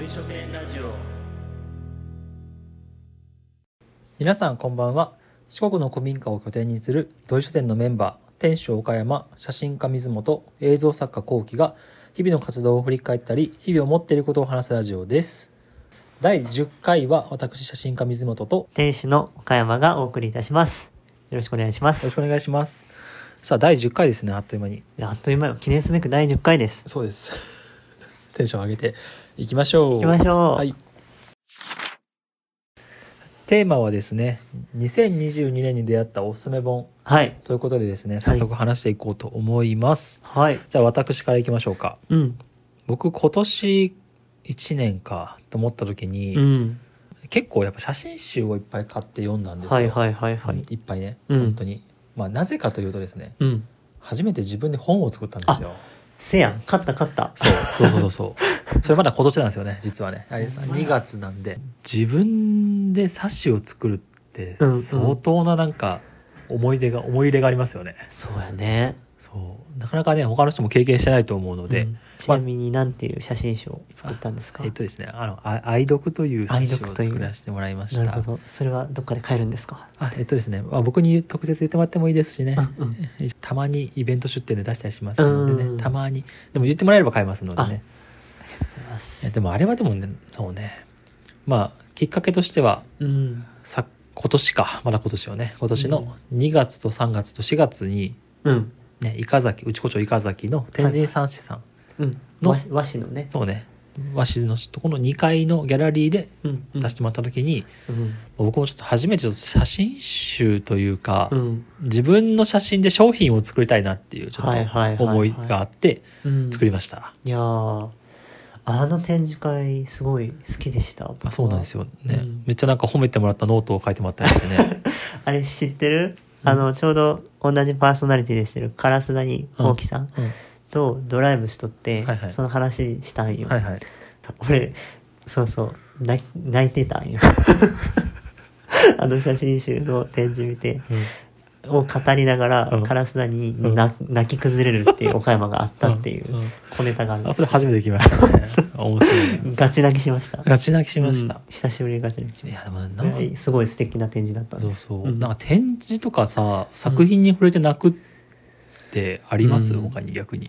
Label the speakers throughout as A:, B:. A: り書店ラジオ
B: 皆さんこんばんは四国の古民家を拠点にする土井書店のメンバー店主岡山写真家水本映像作家幸喜が日々の活動を振り返ったり日々思っていることを話すラジオです第10回は私写真家水本とよ
C: 店主の岡山がお送りいたします。よろしくお願いしま
B: ろし
C: す。
B: くお願いしますさあ第10回ですねあっという間に
C: いやあっという間よ。記念すべく第10回です。
B: そうですテンション上げていきましょう
C: 行きましょう。
B: はい。テーマはですね2022年に出会ったおすすめ本
C: はい。
B: ということでですね早速話していこうと思います、
C: はい。
B: じゃあ私からいきましょうか
C: うん。
B: 僕今年1年かと思った時に、
C: うん。
B: 結構やっぱ写真集をいっぱい買って読んだんですよ、
C: はいはいはいはい。
B: いっぱいね、
C: うん
B: 本当にまあなぜかというとですね
C: うん。
B: 初めて自分で本を作ったんですよ
C: せやん。勝った勝った。
B: そうそうそうそう そうそれまだ今年なんですよね実はねあれさ2月なんで自分で冊子を作るって
C: うんうん
B: 相当ななんか思い出が思い入れがありますよね
C: そうやね。
B: そうなかなかね他の人も経験してないと思うので、
C: うんちなみになんていう写真集を作ったんですか
B: えっとですね、あの、あ愛読という冊子を作らせてもらいまし
C: なる
B: た
C: ほ。ど。それはどっかで買えるんですか
B: あえっとですね、まあ、僕に直接言ってもらってもいいですしね、
C: うんうん
B: たまにイベント出店で出したりしますので
C: う
B: ね、
C: ん
B: たまに、でも言ってもらえれば買いますのでね。
C: ありがとうございま
B: いや
C: す。
B: でもあれはでもね、そうね、まあ、きっかけとしては、
C: うん。
B: さ今年か、まだ今年よね、今年の2月と3月と4月に、
C: うん。
B: ね、伊香崎、内子町伊香崎の天神三子さん、
C: うん。
B: の
C: 和紙和紙のね。
B: そうね、和紙のとこの2階のギャラリーで
C: うん。うん
B: 出してもらった時に、
C: うん。
B: 僕もちょっと初めてちょっと写真集というか、
C: うん。
B: 自分の写真で商品を作りたいなっていうちょ
C: はいはい
B: っ
C: はいは
B: と
C: い
B: 思いがあって
C: うん
B: 作りました、
C: いやーあの展示会すごい好きでした
B: あそうなんですよね、
C: うん
B: めっちゃなんか褒めてもらったノートを書いてもらったりしてね
C: あれ知ってる、あのちょうど同じパーソナリティでしてる烏谷
B: うん
C: 大木さん
B: うん
C: とドライブしとって、
B: はいはい
C: その話したんよ、
B: はいはい
C: 俺そうそう泣泣いてた んよあの写真集の展示見てを語りながら
B: うん
C: 烏谷
B: う
C: に
B: ん
C: な泣き崩れるっていう岡山があったっていう
B: うんうん
C: 小ネタがあるん
B: あ
C: です
B: それ初めて聞きましたね面白いね
C: ガチ泣きしま した
B: ガチ泣きしました
C: うん、久しぶりにガチ泣きしました
B: いやでもなんか
C: えすごい素敵な展示だったん
B: そ
C: で
B: う
C: す。
B: そう、
C: うん
B: なんか展示とかさ作品に触れて泣くってあります、
C: うん
B: 他に逆に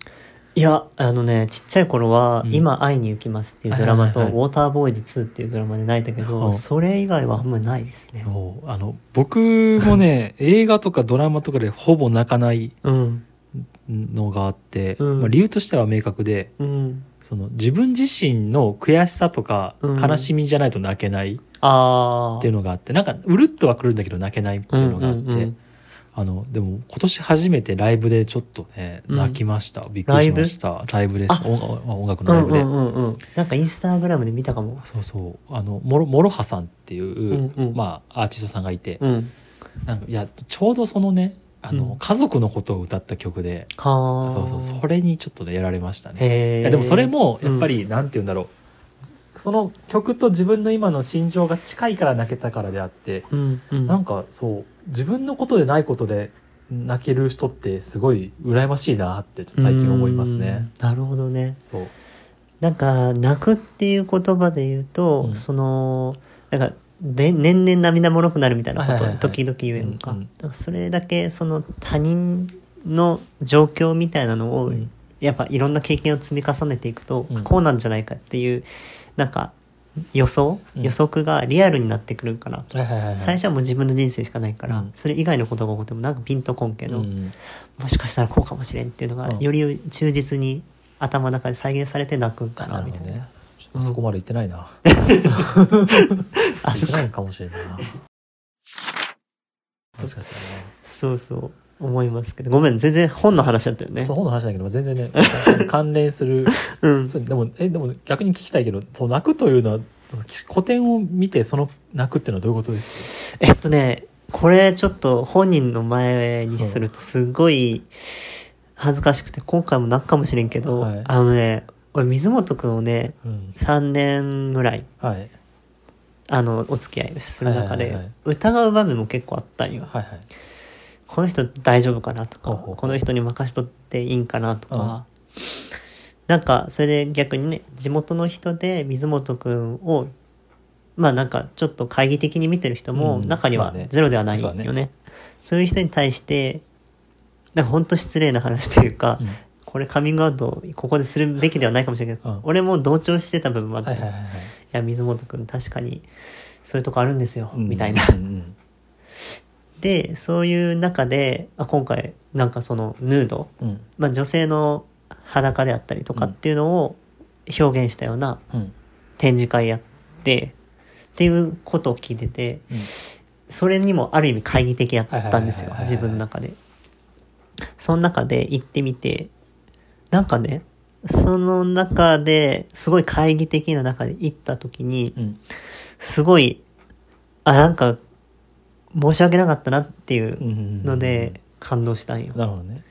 C: いや、あのね、ちっちゃい頃は、
B: うん
C: 今会いに行きますっていうドラマと、
B: は
C: ウ
B: いはいはい
C: ォーターボーイズ2っていうドラマで泣いたけ
B: う
C: ど、
B: ん
C: それ以外はあんまないですね。
B: そうあの僕も ね映画とかドラマとかでほぼ泣かない
C: うん。
B: のがあって、
C: うん
B: まあ、理由としては明確で
C: うん。
B: その自分自身の悔しさとか
C: うん
B: 悲しみじゃないと泣けないっ
C: あ
B: てい
C: ー
B: うのがあって、なんかうるっとはくるんだけど泣けないっていうのがあって、
C: うんうんうん
B: あのでも今年初めてライブでちょっとね
C: うん
B: 泣きました、びっくりしましたライブです
C: あ
B: 音音楽
C: う
B: のライ
C: ん
B: ブ
C: う
B: で、
C: んうんうん。なんかインスタグラムで見たかも。
B: そうそうあのもろもろはさんっていう、
C: うんうん
B: まあ、アーティストさんがいて、
C: うん。
B: なんかいやちょうどそのねあの、
C: うん
B: 家族のことを歌った曲で
C: は
B: そうそうそれにちょっとねやられましたね
C: へ
B: い
C: ー
B: やでもそれもやっぱり、なんて言うんだろうその曲と自分の今の心情が近いから泣けたからであって、
C: うん、うん。
B: なんかそう自分のことでないことで泣ける人ってすごい羨ましいなってちょっと最近思いますね。
C: うん。なるほどね。
B: そう
C: なんか、泣くっていう言葉で言うと、
B: うん
C: その、なんか、で年々涙もろくなるみたいなこ
B: はい
C: と
B: はいはい
C: 時々言えるのか,、
B: うんうん
C: だからそれだけその他人の状況みたいなのを、
B: うん
C: やっぱいろんな経験を積み重ねていくと、
B: うん
C: こうなんじゃないかっていうなんか予想、
B: うん
C: 予測がリアルになってくるから、
B: はいはいはいはい
C: 最初はもう自分の人生しかないから、
B: うん
C: それ以外のことが起こってもなんかピンとこんけど、
B: うん
C: もしかしたらこうかもしれんっていうのが、
B: うん
C: より忠実に頭の中で再現されて泣くんか
B: あ
C: な
B: なる
C: み
B: ほ
C: たい
B: ど
C: な。
B: ね。あそこまで行ってないな。
C: あ
B: 行っ
C: そ
B: て
C: う
B: ないのかもしれないな。もしかしたらね。
C: そうそう思いますけどごめん全然本の話だったよね
B: そう本の話だけど全然ね関連する
C: うん
B: そうでもえでも逆に聞きたいけどそう泣くというのは古典を見てその泣くっていうのはどういうことです
C: えっとねこれちょっと本人の前にするとすごい恥ずかしくて今回も泣くかもしれんけど、
B: はい
C: あのね俺水本くんをね
B: うん
C: 3年ぐらい
B: はいはい
C: あのお付き合いする中
B: はい
C: で
B: はいはい
C: 疑う場面も結構あったんよ
B: はい
C: この人大丈夫かなとか
B: ほうほうほう
C: この人に任しとっていいんかなと
B: うん
C: か、なんかそれで逆にね地元の人で水本くんをまあなんかちょっと懐疑的に見てる人も
B: うん
C: 中に
B: ま
C: は
B: あね
C: ゼロではないよ
B: そうだ
C: ね。そういう人に対してなんか本当失礼な話というか、
B: うん
C: これカミングアウトここでするべきではないかもしれないけど、
B: うん
C: 俺も同調してた部分もあって、
B: はい
C: い
B: はいはいはい
C: や水本くん確かにそういうとこあるんですよ、みたいな。
B: うんうん
C: でそういう中であ今回なんかそのヌード、
B: うんうん
C: まあ、女性の裸であったりとかっていうのを表現したような
B: うん
C: 展示会やってっていうことを聞いてて
B: うん
C: それにもある意味懐疑的やったんですよ
B: はいはいはいはいはい
C: 自分の中で。その中で行ってみてなんかねその中ですごい懐疑的な中で行った時に
B: うん
C: すごいあなんか申し訳なかったなっていう
B: うんうん
C: ので感動したんよ
B: なるほどね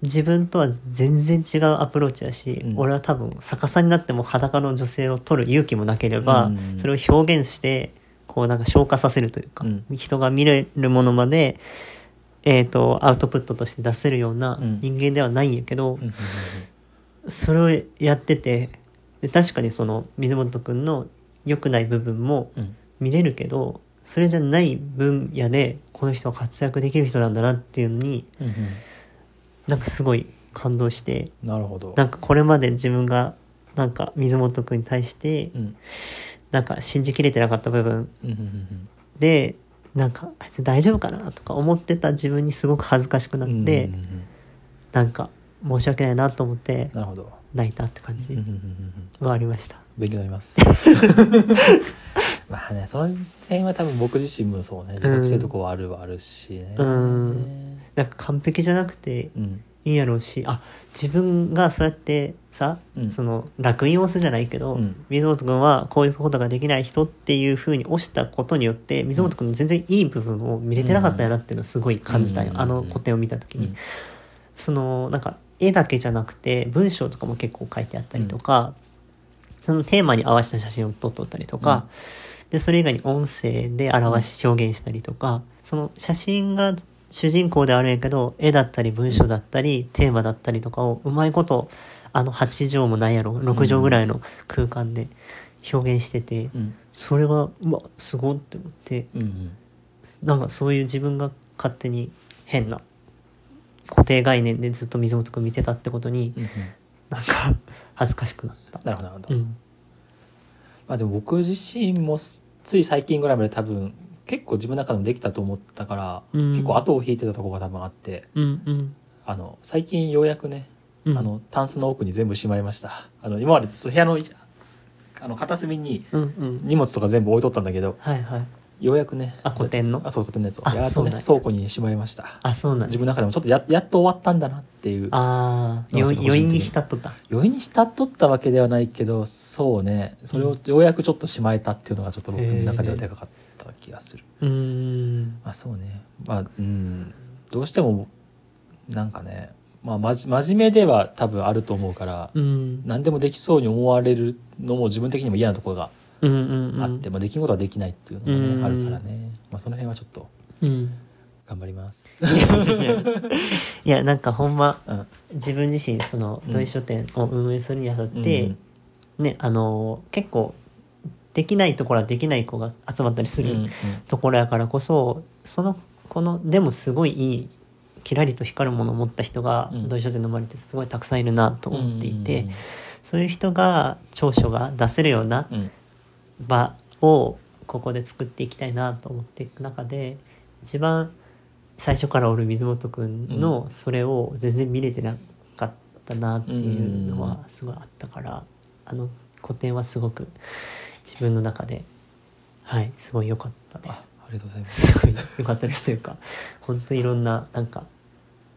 C: 自分とは全然違うアプローチやし、
B: うん
C: 俺は多分逆さになっても裸の女性を撮る勇気もなければ、
B: うん
C: それを表現してこうなんか消化させるというか、
B: うん
C: 人が見れるものまで、えー、とアウトプットとして出せるような
B: うん
C: 人間ではないんやけど、
B: うんうんうん
C: それをやっててで確かにその水本くんの良くない部分も
B: うん
C: 見れるけどそれじゃない分野でこの人は活躍できる人なんだなっていうのに
B: うんうん
C: なんかすごい感動して。
B: なるほど
C: なんかこれまで自分がなんか水本君に対して
B: うん
C: なんか信じきれてなかった部分
B: うんうんうん
C: でなんかあいつ大丈夫かなとか思ってた自分にすごく恥ずかしくな
B: う
C: っ
B: んうんうん
C: てなんか申し訳ないなと思って
B: なるほど
C: 泣いたって感
B: うんうん
C: じ
B: うんうん
C: はありました。
B: 勉強になります まあねその点は多分僕自身もそうね自覚してるとこはあるはあるしね
C: うんなんか完璧じゃなくて
B: うん
C: いいやろうしあ自分がそうやってさ、
B: うん
C: その楽印を押すじゃないけど、
B: うん
C: 水本君はこういうことができない人っていうふうに押したことによって水本君の全然いい部分を見れてなかったやなっていうのをすごい感じたよ、
B: うん
C: あの個展を見た時に。
B: うん
C: そのなんか絵だけじゃなくて文章とかも結構書いてあったりとか、そのテーマに合わせた写真を撮っとったりとか、でそれ以外に音声で表し表現したりとかその写真が主人公であるんやけど絵だったり文章だったりテーマだったりとかをうまいことあの8畳もないやろ6畳ぐらいの空間で表現してて、
B: うん
C: それはうわすごいって思って
B: うんうん
C: なんかそういう自分が勝手に変な固定概念でずっと水本君見てたってことに、
B: うんうん
C: なんか恥ずかしくなった。
B: なるほどなるほど
C: うん、
B: まあでも僕自身もつい最近ぐらいまで多分結構自分の中でもできたと思ったから、
C: うん
B: 結構後を引いてたところが多分あって
C: うん、うん、
B: あの最近ようやくね、
C: うん
B: あのタンスの奥に全部しまいましたあの今まで部屋のいあの片隅に
C: うん、うん、
B: 荷物とか全部置いとったんだけの
C: はい、はい。
B: ようやくね
C: あ、古典の
B: あ。そうことのやつを
C: あ
B: やっ
C: そ
B: と
C: う
B: ね
C: なんや
B: 倉庫にしまいました
C: あ、そうなんだ。
B: 自分の中でもちょっとややっと終わったんだなっていう
C: ああ、
B: なん
C: よ
B: かちょっと個人的に
C: 余韻に浸っとった。
B: 余韻に浸っとったわけではないけどそうねそれをようやくちょっとしまえたっていうのがちょっと僕の中ではでかかった気がする、
C: うーん。
B: まあそうねまあうんどうしてもなんかね、まあ、まじ真面目では多分あると思うから、
C: うん。
B: 何でもできそうに思われるのも自分的にも嫌なところが
C: うん、うん、うん。
B: あって、まあ、できんことはできないっていうのがね、
C: うん
B: あるからね、まあ、その辺はちょっと
C: うん。
B: 頑張ります。
C: いや、なんかほんま、
B: うん
C: 自分自身、その、
B: うん
C: 同意書店を運営するにあたっ
B: うん
C: て、ね、あのー結構、できないところはできない子が集まったりす
B: うん
C: る
B: うん
C: ところやからこそそのこのでもすごいいいキラリと光るものを持った人が
B: うん
C: 同意書店の周りってすごいたくさんいるなと思っていて、
B: うん
C: そういう人が長所が出せるような
B: うん
C: 場をここで作っていきたいなと思っていく中で一番最初からおる水本くんのそれを全然見れてなかったなっていうのはすごいあったから、あの個展はすごく自分の中ではいすごい良かったです。
B: あありがとうございます。
C: すごい良かったですというか本当いろんななんか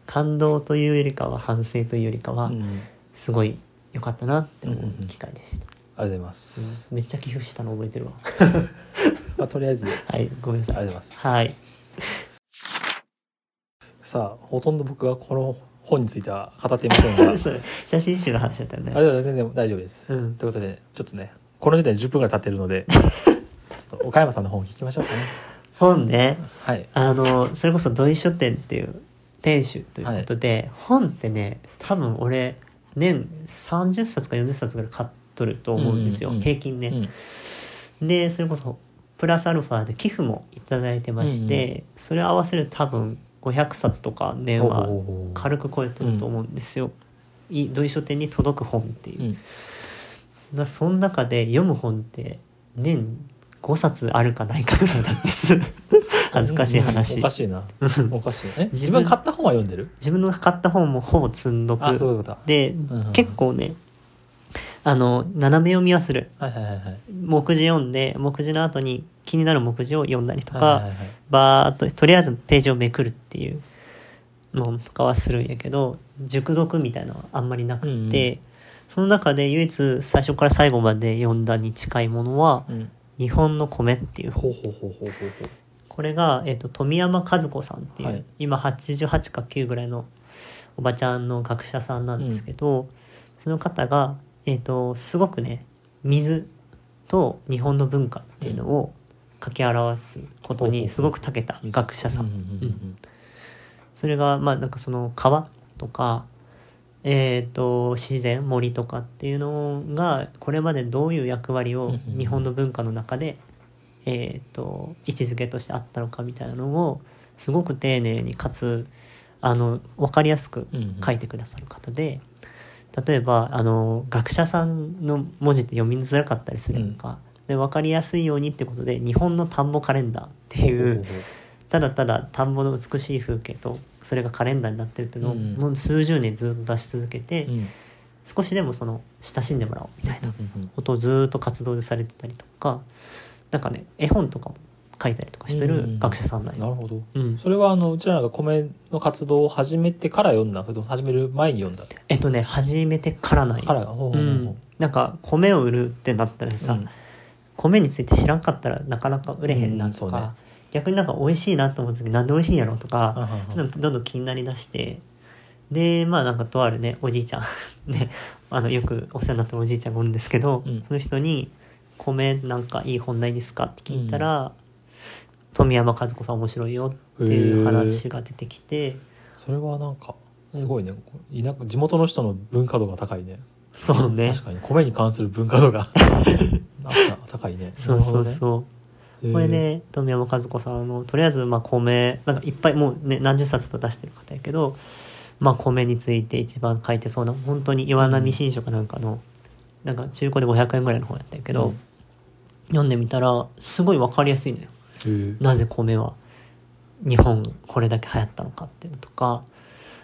C: 感動というよりかは反省というよりかは
B: うん
C: すごい良かったなって思
B: うんうんう
C: うん機会でした、
B: ありがとうございます。
C: めっちゃ寄付したの覚えてるわ
B: まあ、とりあえず、
C: はいごめんなさい
B: ありがとうございます
C: はい
B: さあ、ほとんど僕はこの本については語っていませ んが、あ
C: それ写真集の話だったよね
B: でも全然大丈夫です。
C: うん
B: ということで、ちょっとね、この時点で10分ぐらい経ってる ので、ちょっと岡山さんの本を聞きましょうかね。
C: 本ね
B: はい。
C: あのそれこそ土井書店っていう店主ということで、本ってね多分俺年30冊か40冊ぐらい買っとると思うんですよ、
B: うんうんうん
C: 平均ね、
B: うん
C: でそれこそプラスアルファで寄付もいただいてまして、それ合わせると多分500冊とか年は
B: ほうほうほう
C: 軽く超えてると思うんですよ。い土井書店に届く本っていう
B: う、ん
C: なその中で読む本って年5冊あるかないかぐらいなんです 恥ずかしい話、
B: うんおかしいなおかしいえ
C: 自
B: 自
C: 分
B: 分買った本は読んでる
C: 自分の買った本もほぼ積んどく
B: あそういうことだ
C: で、
B: うん
C: 結構ねあの斜め読みはする
B: はいはいはいはい
C: 目次読んで目次の後に気になる目次を読んだりとか、
B: はいはいはい
C: バーっととりあえずページをめくるっていうのとかはするんやけど熟読みたいなのはあんまりなくて、
B: うんうん
C: その中で唯一最初から最後まで読んだに近いものは
B: うん
C: 「日本の米」っていう
B: ほう
C: 本
B: ほうほうほうほうほう
C: これが、えっと富山和子さんっていう、
B: はい
C: 今88か9ぐらいのおばちゃんの学者さんなんですけど、その方が、えっとすごくね水と日本の文化っていうのを書き表すこと
B: ほうほうほ
C: に
B: う
C: すごく長けた学者さん
B: う。うんうん
C: それがまあなんかその川とか、えー、と自然森とかっていうのがこれまでどういう役割
B: うん
C: を
B: うんうん
C: 日本の文化の中で、えー、と位置づけとしてあったのかみたいなのをすごく丁寧にかつあの分かりやすく
B: うんうん
C: 書いてくださる方で。例えばあの学者さんの文字って読みづらかったりするのか、で分かりやすいようにってことで「日本の田んぼカレンダー」って
B: ほう
C: い
B: ほう
C: うただただ田んぼの美しい風景とそれがカレンダーになってるっていうのを、
B: うん
C: もう数十年ずっと出し続けて、
B: ほううん
C: 少しでもその親しんでもらおうみたいな
B: うんうん
C: ことをずっと活動でされてたりとかなんかね絵本とかも書いたりとかして
B: う
C: る
B: ん
C: 学者さんなん
B: な
C: よ
B: るほど
C: うん、
B: それはあのうちらが米の活動を始めてから読んだそれとも始める前に読んだ
C: えっとね始めてからない
B: からほうほう
C: う、
B: ほうん
C: なんか米を売るってなったらさ、
B: うん
C: 米について知らんかったらなかなか売れへんなと
B: うん
C: か、
B: そうね
C: 逆になんか美味しいなと思った時なんで美味しいんやろとか、
B: あはは
C: なんかどんどん気になりだしてでまあなんかとあるねおじいちゃん ねあのよくお世話になってるおじいちゃんがおるんですけど、
B: うん
C: その人に「米なんかいい本ないですか?」って聞いたら「富山和子さん面白いよ」っていう話が出てきて
B: それはなんかすごいね、田舎地元の人の文化度が高いね
C: そうね
B: 確かに米に関する文化度が あった高いね
C: そうそうそう。
B: う
C: これね富山和子さんのとりあえずまあ米なんかいっぱいもうね何十冊と出してる方やけど、まあ、米について一番書いてそうな本当に岩波新書かなんかの、なんか中古で500円ぐらいの本やったんやけど、
B: うん
C: 読んでみたらすごい分かりやすいのよ。なぜ米は日本これだけ流行ったのかっていうのとか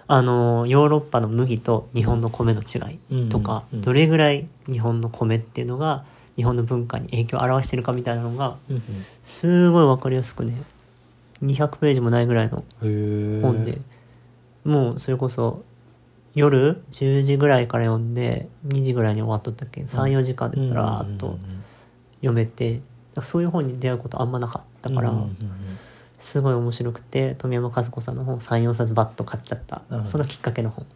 C: あのヨーロッパの麦と日本の米の違いとか、
B: うんうんうん
C: どれぐらい日本の米っていうのが日本の文化に影響を表してるかみたいなのがすごいわかりやすくね200ページもないぐらいの本
B: 本
C: で、もうそれこそ夜10時ぐらいから読んで2時ぐらいに終わっとったっけ34時間でぶらーっと読めて、だからそういう本に出会うことあんまなかったから、すごい面白くて富山和子さんの本34冊バッと買っちゃった、
B: うん
C: そのきっかけの本。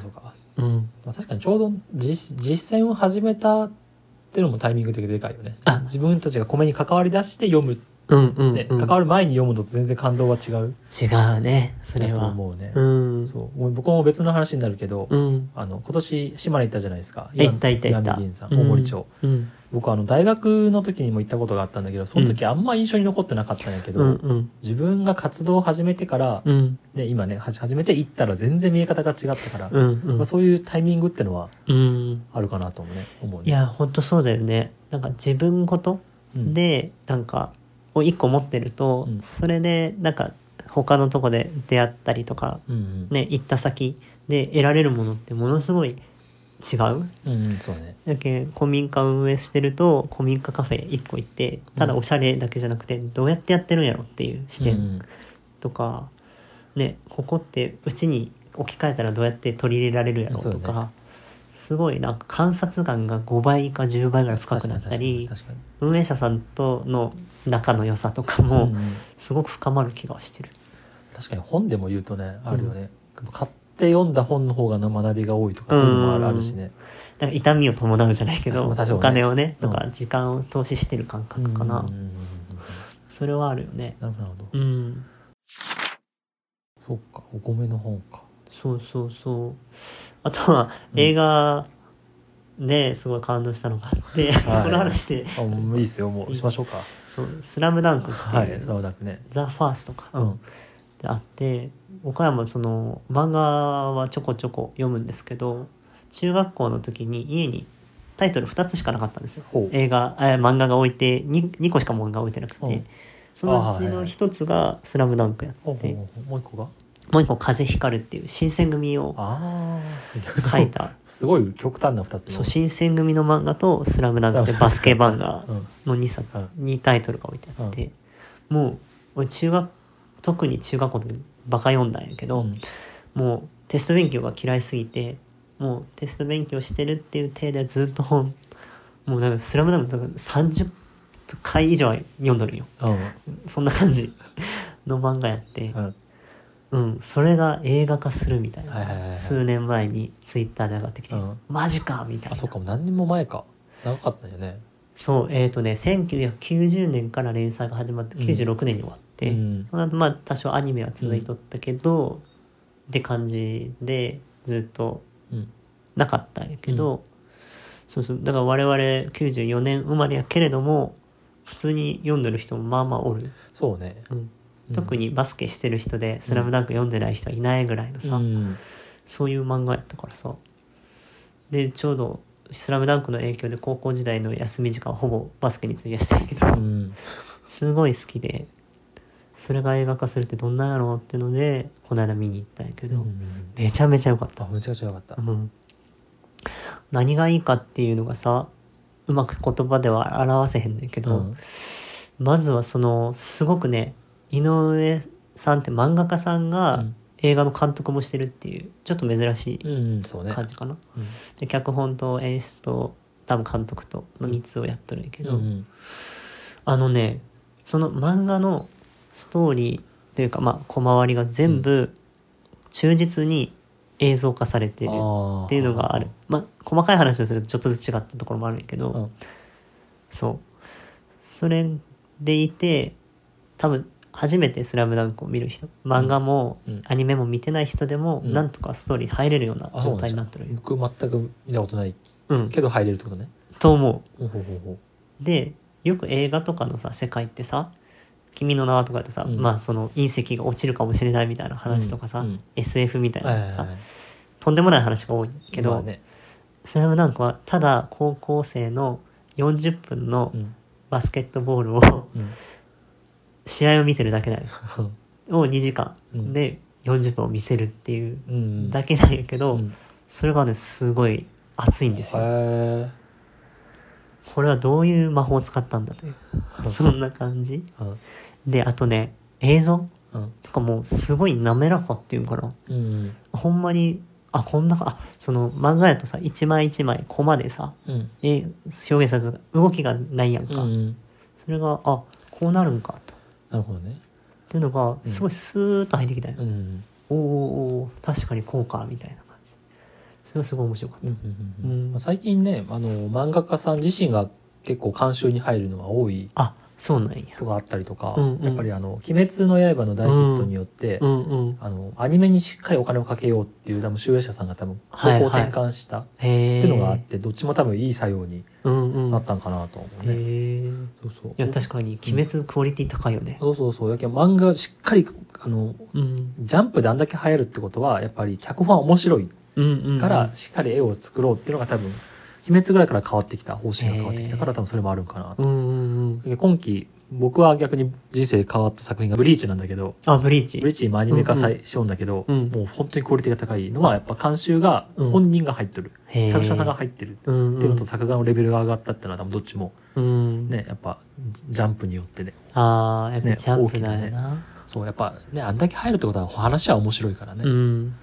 B: そうか
C: うん、
B: まあ確かにちょうど実実践を始めたっていうのもタイミング的ででかいよね
C: あ
B: 自分たちが米に関わり出して読む
C: うんうんうん
B: ね、関わる前に読むのと全然感動は違う
C: 違うねそれ
B: だと
C: は。
B: 思うね、
C: うん
B: そうもう僕も別の話になるけど、
C: うん
B: あの今年島根行ったじゃないですか
C: え行った行った行っ
B: 岩
C: た
B: 見銀山大森町、
C: うん
B: 僕あの大学の時にも行ったことがあったんだけどその時あんま印象に残ってなかったんやけど、
C: うんうん
B: 自分が活動を始めてから、
C: うん
B: ね、今ねはじ始めて行ったら全然見え方が違ったから、
C: うんうん
B: まあ、そういうタイミングってのは
C: うん
B: あるかなと思うね思うね
C: いやほんとそうだよねなんか自分ごと
B: うん
C: でなんかを一個持ってると、
B: うん
C: それでなんか他のとこで出会ったりとか、
B: うんうん
C: ね行った先で得られるものってものすごい違う
B: うんうんそうね
C: だけ古民家運営してると古民家カフェ一個行ってただおしゃれだけじゃなくてどうやってやってるんやろっていう視
B: うんう
C: 点
B: ん
C: とか、ねここってうちに置き換えたらどうやって取り入れられるやろと
B: そうだ
C: か、すごいなんか観察眼が5倍か10倍ぐらい深く
B: 確か
C: な
B: に
C: った
B: 確か
C: り
B: に確かに
C: 運営者さんとの仲の良さとかも
B: うんうん
C: すごく深まる気がしてる。
B: 確かに本でも言うとねあるよね、買って読んだ本の方が学びが多いとかそういうのもあ
C: うん
B: るあるしね
C: なんか痛みを伴うじゃないけ
B: あそ
C: ど、
B: う多少ね
C: お金をね
B: う
C: と
B: ん
C: か時間を投資してる感覚かな、
B: うんうんうんうん
C: それはあるよね
B: なるほどなるほど
C: うん
B: そっかお米の本か
C: そうそうそうあとは
B: うん
C: 映画ですごい感動したのがあって、
B: はい
C: この話で
B: あもういいですよもうしましょうか
C: 「そうスラムダンクって
B: はいいうスラムダンクね
C: 「ザ・ファースとか、
B: うん
C: であって岡山その漫画はちょこちょこ読むんですけど中学校の時に家にタイトル2つしかなかったんですよ
B: ほう
C: 映画えー漫画が置いて 2, 2個しか漫画置いてなくて、
B: うん
C: そのうち
B: あーはいは
C: の
B: い
C: 1つが「スラムダンクやって、
B: ほうほうほうもう一個が
C: もう1個「風光る」っていう新選組を
B: ああ
C: 書いた
B: すごい極端な二つの
C: そう新選組の漫画と「スラムダンクってバスケ漫画
B: うん
C: の2冊
B: うん
C: にタイトルが置いてあって、もう俺中学特に中学校の時バカ読んだんやけど、
B: うん
C: もうテスト勉強が嫌いすぎてもうテスト勉強してるっていう体でずっと本もうなんか「スラムダンクとか30回以上は読んどるんよ
B: うん
C: そんな感じの漫画やって、
B: うん
C: うん、それが映画化するみたい
B: はいはいはいは
C: ない数年前にツイッターで上がってきて
B: うん
C: 「マジか!」みたい
B: あ
C: な
B: そっかもう何年も前か長かったんよね
C: そうえっ、とね1990年から連載が始まって
B: うん
C: 96年に終わって、
B: うん
C: その後まあ多少アニメは続いとったけど、って感じでずっと
B: うん
C: なかったんやけど、そうそうだから我々94年生まれやけれども普通に読んでる人もまあまあおる、
B: そうね
C: うん
B: うん
C: 特にバスケしてる人で「スラムダンク読んでない人はいないぐらいのさ、
B: うん
C: そういう漫画やったからさでちょうど「スラムダンクの影響で高校時代の休み時間はほぼバスケに費やしたんやけど、
B: うん
C: すごい好きでそれが映画化するってどんなんやろうってのでこの間見に行ったんやけ
B: う
C: ど、
B: ん
C: めちゃめちゃ良かった
B: あめちゃくちゃ良かった
C: うん、何がいいかっていうのがさうまく言葉では表せへんねんけど、
B: うん
C: まずはそのすごくね井上さんって漫画家さん
B: う
C: が
B: ん
C: 映画の監督もしてるっていうちょっと珍しい
B: うんそうね
C: 感じかな、
B: うん
C: で脚本と演出と多分監督との3つをやっとるんやけど、
B: うん
C: あのねその漫画のストーリーというかまあ小回りが全部忠実に映像化されてる、
B: あー
C: っていうのがあるまあ細かい話をするとちょっとずつ違ったところもあるんやけど、
B: うん
C: そうそれでいて多分初めて「スラムダンクを見る人漫画も
B: うん
C: アニメも見てない人でも
B: うん
C: なんとかストーリー入れるような
B: あそ
C: 状
B: うなんで
C: 態
B: す
C: に
B: か
C: なってるんよ
B: 僕全く見たことない
C: うん、
B: けど入れるってことね
C: と思
B: ほうほうほうほう
C: うでよく映画とかのさ世界ってさ「君の名は」とかだとさ、
B: うん
C: まあその隕石が落ちるかもしれないみたいな話とかさ、
B: うんうん
C: SF みたい
B: はい
C: な
B: はい
C: さ、
B: はい
C: とんでもない話が多いけど、
B: まあね
C: スラムダンクはただ高校生の40分の
B: うん
C: バスケットボールを
B: うん
C: 試合を見てるだけだよ。を2時間
B: うん
C: で40分を見せるっていう
B: うん
C: だけなんやけど、
B: うん
C: それがねすごい熱いんです
B: へ
C: よ。
B: ー
C: これはどういう魔法を使ったんだというそんな感じ。
B: うん
C: であとね映像
B: うん
C: とかもすごい滑らかっていうのかな。
B: うん
C: ほんまにあこんなかあその漫画やとさ一枚一枚コマでさ
B: うん
C: え表現された動きがないやん
B: う
C: か。
B: ん
C: それがあこうなるんかとっ
B: なるほどね
C: ていうのがすごいスーッと入ってきたよ、
B: うんうん
C: おーおーおー確かにこうかみたいな感じそれはすごい面白かった、
B: うんうんうん
C: うん
B: まあ最近ねあの漫画家さん自身が結構監修に入るのは多い
C: あそうなんや
B: とかあったりとか
C: うんうん
B: やっぱりあの「鬼滅の刃」の大ヒットによって
C: うんうん
B: あのアニメにしっかりお金をかけようっていう多分集英社さんが多分
C: はい
B: 方
C: はい
B: 向転換したっ
C: へえ
B: ていうのがあってどっちも多分いい作用に
C: うんうん
B: なったんかなと思う
C: へ
B: ね。
C: えい
B: そうそう
C: や確かに「鬼滅」クオリティ高いよね
B: そうそうそう。やけん漫画しっかり、あの、
C: うん、
B: ジャンプであんだけ流行るってことは、やっぱり脚本は面白い
C: うんうん
B: から、しっかり絵を作ろうっていうのが多分、鬼滅ぐらいから変わってきた、方針が変わってきたか
C: へ
B: ら、
C: ー
B: 多分それもあるんかな
C: う
B: と。
C: んうんうん
B: で今期、僕は逆に人生変わった作品がブリーチなんだけど、
C: あブリーチ
B: ブリーチ今アニメ化さえしようんだけど、
C: うん
B: もう本当にクオリティが高いのは、やっぱ監修が
C: うん
B: 本人が入っとる。
C: へー
B: 作者さんが入ってる。
C: うんうん
B: っていうのと作画のレベルが上がったってのは多分どっちも
C: うん、
B: ね、やっぱジャンプによってね、
C: あーやっぱ
B: ね
C: ジャンプだよな、
B: そう、やっぱね、あんだけ入るってことは話は面白いからね。
C: うん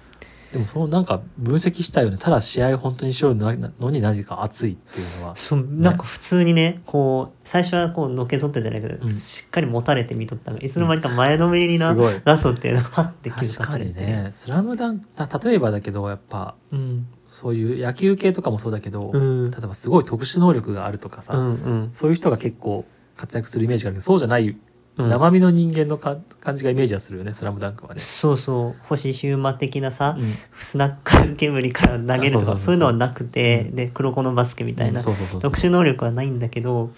B: でもそのなんか分析したよね。ただ試合本当にしろなのに何か熱いっていうのは。
C: そうなんか普通にねこう最初はこうのけぞってじゃないけど、
B: うん
C: しっかり持たれて見とったのがいつの間にか前のめりな、
B: すごい
C: なっとってなんかパッて気
B: 確
C: づか
B: か
C: され
B: に
C: て、
B: ね、スラムダンク、た例えばだけど、やっぱ、
C: うん、
B: そういう野球系とかもそうだけど、
C: うん
B: 例えばすごい特殊能力があるとかさ、
C: うんうん
B: そういう人が結構活躍するイメージがあるけど、そうじゃない
C: うん
B: 生身の人間のか感じがイメージはするよね「スラムダンクはね。
C: そうそう星ヒューマ的なさ、
B: うん
C: スナック煙から投げると
B: あそうそうそう
C: かそういうのはなくて、
B: うん
C: で黒子のバスケみたいな、
B: うんそうそうそうそう
C: 特殊能力はないんだけど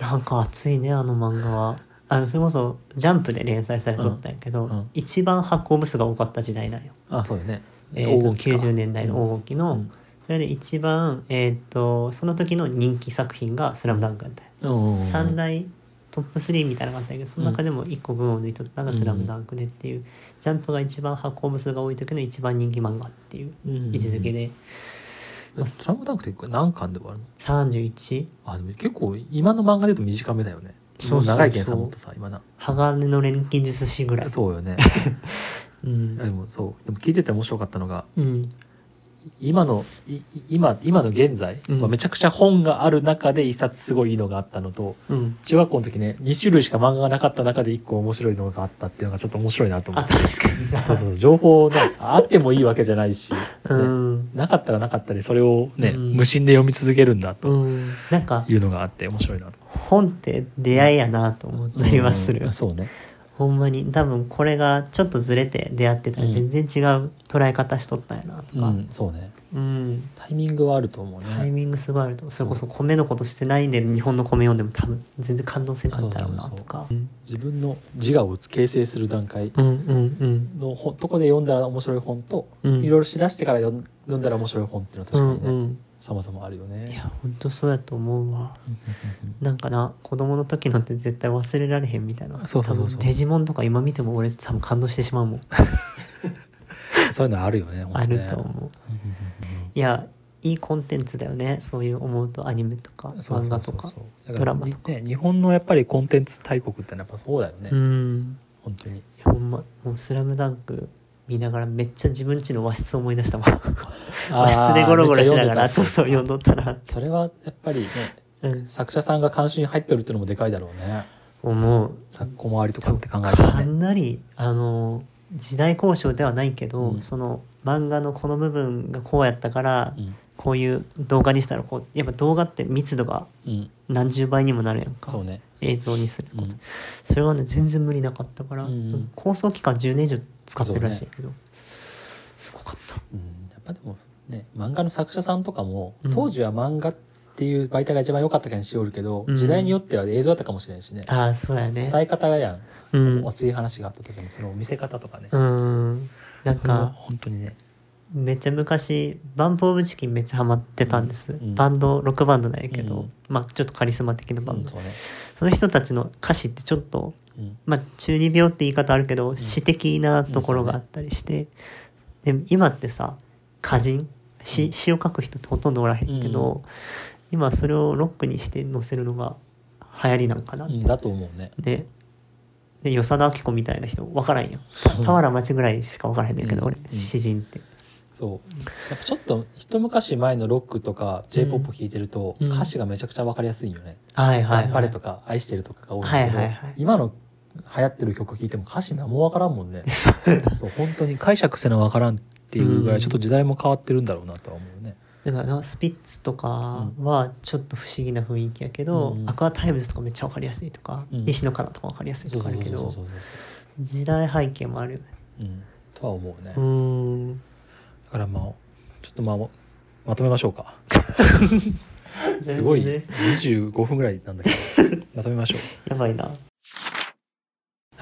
C: なんか熱いねあの漫画はあのそれこそ「ジャンプ」で連載されとったんやけど、
B: うんうん
C: 一番発行部数が多かった時代なんよ、
B: あそうよね、
C: えーと
B: 黄金期か
C: 90年代の黄金期の、
B: うん
C: それで一番、えー、とその時の人気作品が「スラムダンクだったんよ
B: うんうんうん
C: 三大トップ3みたいな感じだけどその中でも1個群を抜いとったのが「スラムダンクでっていう、ジャンプが一番発行部数が多い時の一番人気漫画っていう
B: うんうんうん
C: 位置づけで、
B: えスラムダンクって何巻で終わるの
C: 31
B: あでも結構今の漫画で言うと短めだよね
C: そうそうそう
B: も長いけんさもっとさ今な
C: 鋼の錬金術師ぐらい
B: そうよね
C: う
B: い
C: ん
B: やでもそうでも聞いてて面白かったのが
C: うん
B: 今のいい今今の現在、
C: うん
B: まあめちゃくちゃ本がある中で一冊すごいいいのがあったのと
C: うん
B: 中学校の時ね2種類しか漫画がなかった中で1個面白いのがあったっていうのがちょっと面白いなと思
C: あ
B: って
C: 確かにな
B: そうそうそう情報ねあってもいいわけじゃないし、ね
C: うん、
B: なかったらなかったりそれをね、
C: うん
B: 無心で読み続けるんだと
C: うん、なんか
B: いうのがあって面白いなと。
C: 本って出会いやなと思ったりはする、
B: うんそうね
C: ほんまに多分これがちょっとずれて出会ってたら全然違う捉え方しとったんやなと
B: う
C: か
B: んそうね
C: うん
B: タイミングはあると思うね。
C: タイミングすごいあるとそれこそ米のことしてないんで日本の米読んでも多分全然感動せんかったろうな
B: そうそうそう
C: とかうん
B: 自分の自我を形成する段階
C: うん
B: の本とこで読んだら面白い本と、
C: うん
B: いろいろ知らしてから読ん読んだら面白い本っていうのは
C: うんう
B: 確
C: ん
B: か
C: う
B: にね、
C: ん
B: 様々あるよ
C: い
B: ね。
C: やほんとそうやと思うわなんかな子供の時なんて絶対忘れられへんみたいな
B: そうそうそうそ
C: 多
B: う
C: 分デジモンとか今見ても俺多分感動してしまうもん
B: そういうのあるよね。
C: あ
B: 本当ね
C: ると思ういやいいコンテンツだよねそういう思うとアニメとか
B: そうそう
C: 漫画とか
B: そうそうだ
C: ドラマとか
B: ね、日本のやっぱりコンテンツ大国ってのはやっぱそうだよね、
C: うん
B: 本当に
C: いやほんまもう「スラムダンク見ながらめっちゃ自分家の和室思い出したもん和室でゴロゴロしながらそうそう読んどったな、
B: それはやっぱりね
C: うん、
B: 作者さんが監修に入ってるっていうのもでかいだろうね
C: 思う
B: 作小回りとかって考えたら
C: か
B: ね
C: なりあの時代交渉ではないけど、
B: うん
C: その漫画のこの部分がこうやったから、
B: うん
C: こういう動画にしたらこうやっぱ動画って密度が
B: うん
C: 何十倍にもなるやんか
B: そうね
C: 映像にすること、
B: うん
C: それはね全然無理なかったから、
B: うんうん
C: 構想期間10年以上使ってるらしいけど、すごかった
B: うんやっぱでもね漫画の作者さんとかも
C: うん
B: 当時は漫画っていう媒体が一番良かったかにしおるけど、
C: うん
B: 時代によっては映像だったかもしれないしね、
C: ああそうやね
B: 伝え方がやん、
C: うん
B: 熱い話があった時のその見せ方とかね、
C: うんなん
B: それは
C: か
B: 本当にね
C: めっちゃ昔バンプ・オブ・チキンめっちゃハマってたんです、
B: うん
C: バンドロックバンドなんやけど、
B: うん
C: まあちょっとカリスマ的なバ
B: う
C: ン
B: ん
C: ド、
B: そうね、
C: その人たちの歌詞ってちょっと
B: うん
C: まあ中二病って言い方あるけど詩的なところがあったりして、で今ってさ歌人詩詩を書く人ってほとんどおらへんけど、今それをロックにして載せるのが流行りなんかなっ
B: う
C: て
B: ん、だと思うね
C: でで与謝田明子みたいな人分からんよ
B: うん
C: 俵町ぐらいしか分からへんねんけど、
B: うん
C: 俺
B: うん
C: 詩人って。
B: そうやっぱちょっと一昔前のロックとか j p o p 聴いてると
C: うん
B: 歌詞がめちゃくちゃ分かりやすいよね
C: はい
B: 「
C: はい、はい、
B: 頑張れ」とか「愛してる」とかが多いんだけど、
C: はいはいはい
B: 今の流行ってる曲聴いても歌詞何も分からん もんねそう本当に解釈せな分からんっていうぐらいちょっと時代も変わってるんだろうなとは思うね、
C: だからなスピッツとかはちょっと不思議な雰囲気やけど、
B: うん
C: アクアタイムズとかめっちゃ分かりやすいとか、
B: うん
C: 西野カナとか分かりやすい
B: そ
C: と
B: う
C: か
B: そ
C: あ
B: う
C: る
B: そう
C: け
B: そう
C: ど
B: そう、
C: 時代背景もあるよね
B: うん、とは思うね、
C: う
B: だ
C: ーん
B: からまあちょっとまあまとめましょう かすごい
C: 全然
B: 25分ぐらいなんだけど まとめましょう
C: やばいな
B: やっ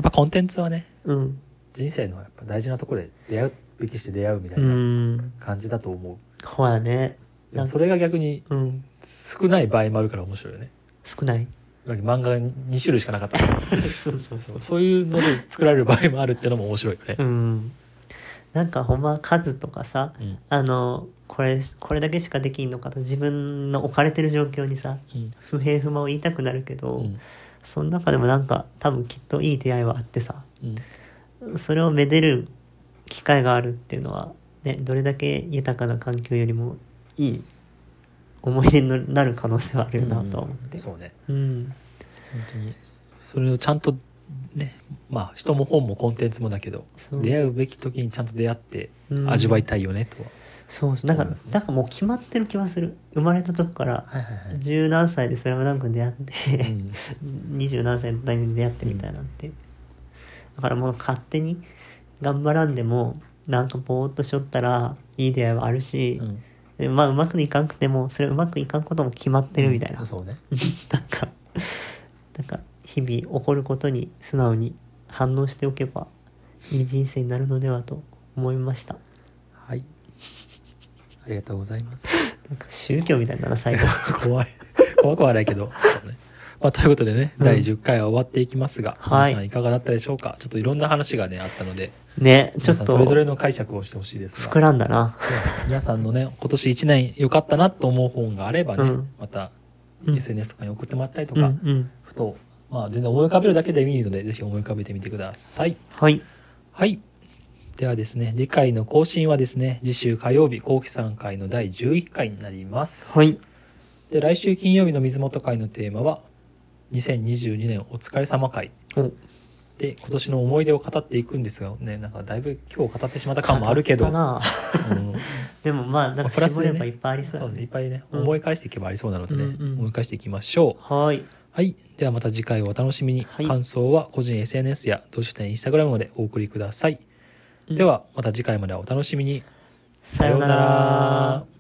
B: ぱコンテンツはね
C: うん
B: 人生のやっぱ大事なところで出会うべきして出会うみた
C: う
B: いなん感じだと思う、
C: ほやね
B: でもそれが逆に
C: うん
B: 少ない場合もあるから面白いよね
C: 少ない
B: 漫画が2種類しかなかったから
C: そうそうそう
B: そういうので作られる場合もあるってのも面白いよね、
C: うんなんかほんま数とかさ
B: うん
C: あのこれこれだけしかできんのかと自分の置かれてる状況にさ
B: うん
C: 不平不満を言いたくなるけど、
B: うん
C: その中でもなんか多分きっといい出会いはあってさ
B: うん
C: それをめでる機会があるっていうのは、ね、どれだけ豊かな環境よりもいい思い出になる可能性はあるよなとは思って、
B: うんそうね
C: うん
B: 本当にそれをちゃんとねまあ人も本もコンテンツもだけど
C: そう
B: 出会うべき時にちゃんと出会って
C: うん
B: 味わいたいよねとは、
C: そうそうだか
B: そう
C: ら、
B: ですね
C: なんかもう決まってる気はする生まれた時から
B: はいはいはい
C: 十何歳で「スラムダンクに出会っ
B: う
C: て、
B: ん
C: 二十何歳のタイミングで出会ってみたいなんて、だからもう勝手に頑張らんでもなんかぼーっとしよったらいい出会いはあるし
B: う、ん
C: でまあうまくいかんくてもそれうまくいかんことも決まってるみたいな、
B: そうね
C: なんかなんか日々起こることに素直に反応しておけばいい人生になるのではと思いました
B: はいありがとうございます
C: なんか宗教みたいだな最後
B: 怖い怖くはないけど、そうねまあ、ということでね、
C: うん
B: 第10回は終わっていきますが、
C: はい
B: 皆さんいかがだったでしょうかちょっといろんな話がねあったので
C: ねちょっ
B: 皆さんそ
C: と
B: れぞれの解釈をしてほしいですが
C: 膨らんだな
B: 皆さんのね今年1年良かったなと思う本があればね、
C: うん
B: また
C: うん
B: SNS とかに送ってもらったりと
C: う
B: か、
C: んうん
B: ふと、まあ、全然思い浮かべるだけでいいのでぜひ思い浮かべてみてください。
C: はい
B: はい。ではですね、次回の更新はですね、次週火曜日、後期3回の第11回になります。
C: はい
B: で、来週金曜日の水元会のテーマは、2022年お疲れ様会。
C: お
B: で、今年の思い出を語っていくんですが、ね、なんかだいぶ今日語ってしまった感もあるけど、
C: 語ったな
B: うん
C: でもまあなん
B: まあ
C: か
B: プラス
C: 絞
B: で
C: れ
B: ね
C: ばいっぱいありそう
B: そ
C: だ
B: うですねいっ
C: ね
B: ぱいね、
C: うん
B: 思い返していけばありそうなのでね、
C: うんうん
B: 思い返していきましょう。
C: はい
B: はい。ではまた次回をお楽しみに。
C: はい
B: 感想は個人 SNS や同志店 Instagram までお送りください。ではまた次回までお楽しみに。
C: さようなら